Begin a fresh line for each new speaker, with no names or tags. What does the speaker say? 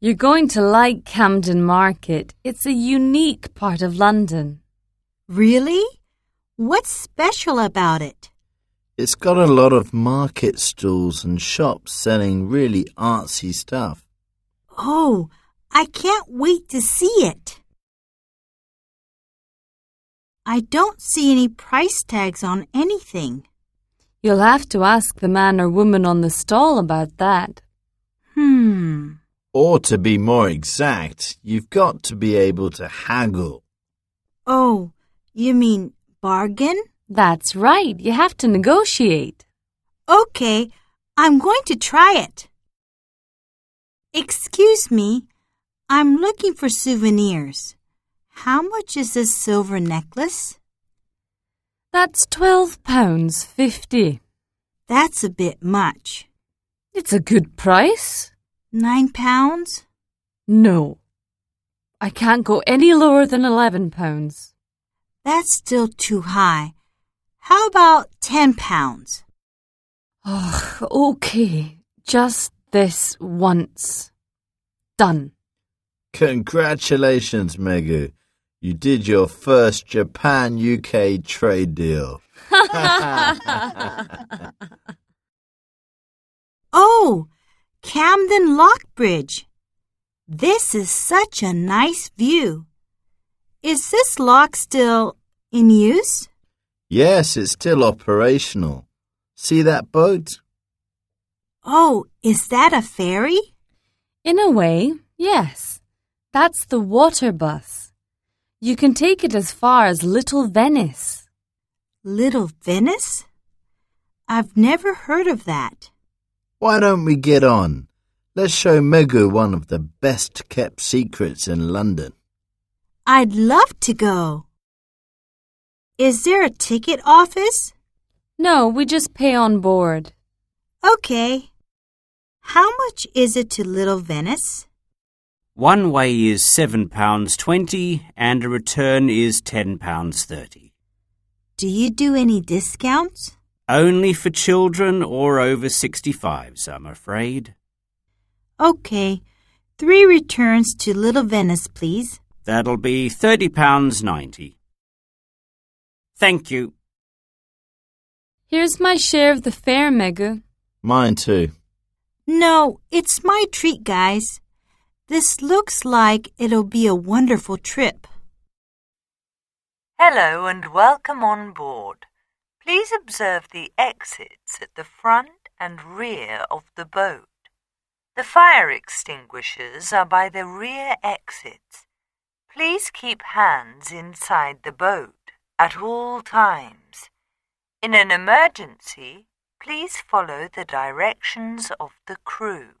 You're going to like Camden Market. It's a unique part of London.
Really? What's special about it?
It's got a lot of market stalls and shops selling really artsy stuff.
Oh, I can't wait to see it. I don't see any price tags on anything.
You'll have to ask the man or woman on the stall about that.
Hmm.
Or to be more exact, you've got to be able to haggle.
Oh, you mean bargain?
That's right. You have to negotiate.
Okay, I'm going to try it. Excuse me, I'm looking for souvenirs. How much is this silver necklace?
That's twelve pounds fifty.
That's a bit much.
It's a good price.
Nine pounds?
No. I can't go any lower than eleven pounds.
That's still too high. How about ten pounds?
Oh, okay. Just this once. Done.
Congratulations, Megu. You did your first Japan UK trade deal.
Oh, Camden Lock Bridge. This is such a nice view. Is this lock still in use?
Yes, it's still operational. See that boat?
Oh, is that a ferry?
In a way, yes. That's the water bus. You can take it as far as Little Venice.
Little Venice? I've never heard of that.
Why don't we get on? Let's show Megu one of the best kept secrets in London.
I'd love to go. Is there a ticket office?
No, we just pay on board.
Okay. How much is it to Little Venice?
One way is £7.20 and a return is £10.30.
Do you do any discounts?
Only for children or over 65s, I'm afraid.
Okay. Three returns to Little Venice, please.
That'll be £30.90. Thank you.
Here's my share of the fare, Megu.
Mine too.
No, it's my treat, guys. This looks like it'll be a wonderful trip.
Hello and welcome on board. Please observe the exits at the front and rear of the boat. The fire extinguishers are by the rear exits. Please keep hands inside the boat at all times. In an emergency, please follow the directions of the crew.